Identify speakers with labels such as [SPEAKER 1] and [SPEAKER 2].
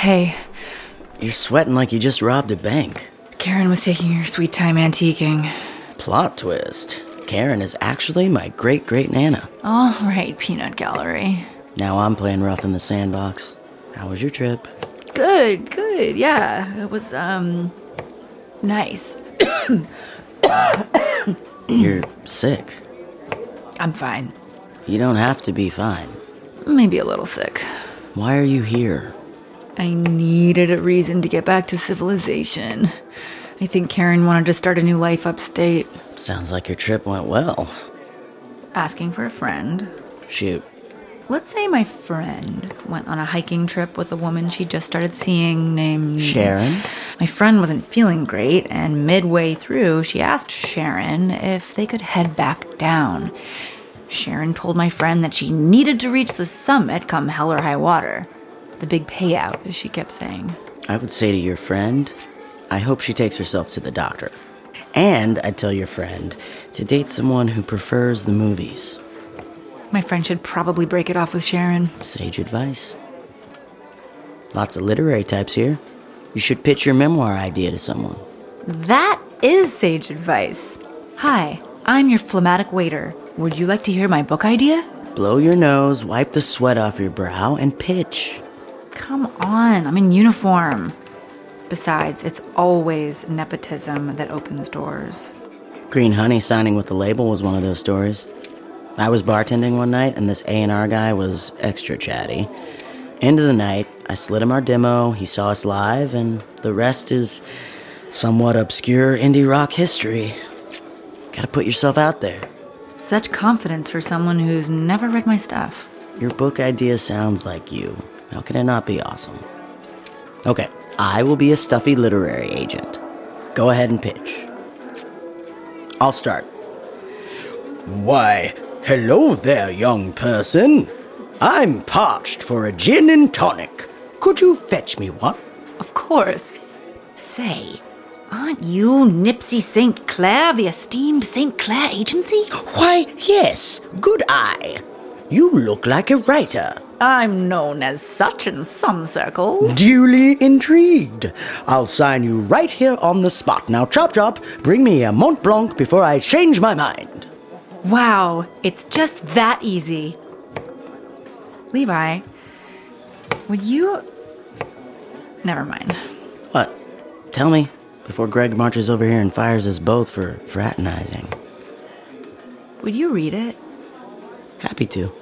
[SPEAKER 1] Hey,
[SPEAKER 2] You're sweating like you just robbed a bank.
[SPEAKER 1] Karen was taking her sweet time antiquing.
[SPEAKER 2] Plot twist Karen is actually my great great Nana.
[SPEAKER 1] All right, peanut gallery.
[SPEAKER 2] Now I'm playing rough in the sandbox. How was your trip?
[SPEAKER 1] Good, good. Yeah, it was um nice.
[SPEAKER 2] You're sick.
[SPEAKER 1] I'm fine.
[SPEAKER 2] You don't have to be fine.
[SPEAKER 1] Maybe a little sick.
[SPEAKER 2] Why are you here?
[SPEAKER 1] I needed a reason to get back to civilization. I think Karen wanted to start a new life upstate,
[SPEAKER 2] Sounds like your trip went well.
[SPEAKER 1] asking for a friend.
[SPEAKER 2] Shoot.
[SPEAKER 1] Let's say my friend went on a hiking trip with a woman she just started seeing named
[SPEAKER 2] Sharon?
[SPEAKER 1] My friend wasn't feeling great, and midway through, she asked Sharon if they could head back down. Sharon told my friend that she needed to reach the summit come hell or high water. The big payout, as she kept saying.
[SPEAKER 2] I would say to your friend, I hope she takes herself to the doctor. And I'd tell your friend to date someone who prefers the movies.
[SPEAKER 1] My friend should probably break it off with Sharon.
[SPEAKER 2] Sage advice. Lots of literary types here. You should pitch your memoir idea to someone.
[SPEAKER 1] That is sage advice. Hi, I'm your phlegmatic waiter. Would you like to hear my book idea?
[SPEAKER 2] Blow your nose, wipe the sweat off your brow, and pitch.
[SPEAKER 1] Come on, I'm in uniform. Besides, it's always nepotism that opens doors.
[SPEAKER 2] Green Honey signing with the label was one of those stories. I was bartending one night, and this A&R guy was extra chatty. End of the night, I slid him our demo, he saw us live, and the rest is somewhat obscure indie rock history. Gotta put yourself out there.
[SPEAKER 1] Such confidence for someone who's never read my stuff.
[SPEAKER 2] Your book idea sounds like you. How can it not be awesome? Okay, I will be a stuffy literary agent. Go ahead and pitch. I'll start. Why, hello there, young person. I'm parched for a gin and tonic. Could you fetch me one?
[SPEAKER 1] Of course. Say, aren't you Nipsey St. Clair, the esteemed St. Clair agency?
[SPEAKER 2] Why, yes, good eye. You look like a writer.
[SPEAKER 1] I'm known as such in some circles.
[SPEAKER 2] Duly intrigued. I'll sign you right here on the spot. Now, Chop Chop, bring me a Mont Blanc before I change my mind.
[SPEAKER 1] Wow, it's just that easy. Levi, would you. Never mind.
[SPEAKER 2] What? Tell me, before Greg marches over here and fires us both for fraternizing.
[SPEAKER 1] Would you read it?
[SPEAKER 2] Happy to.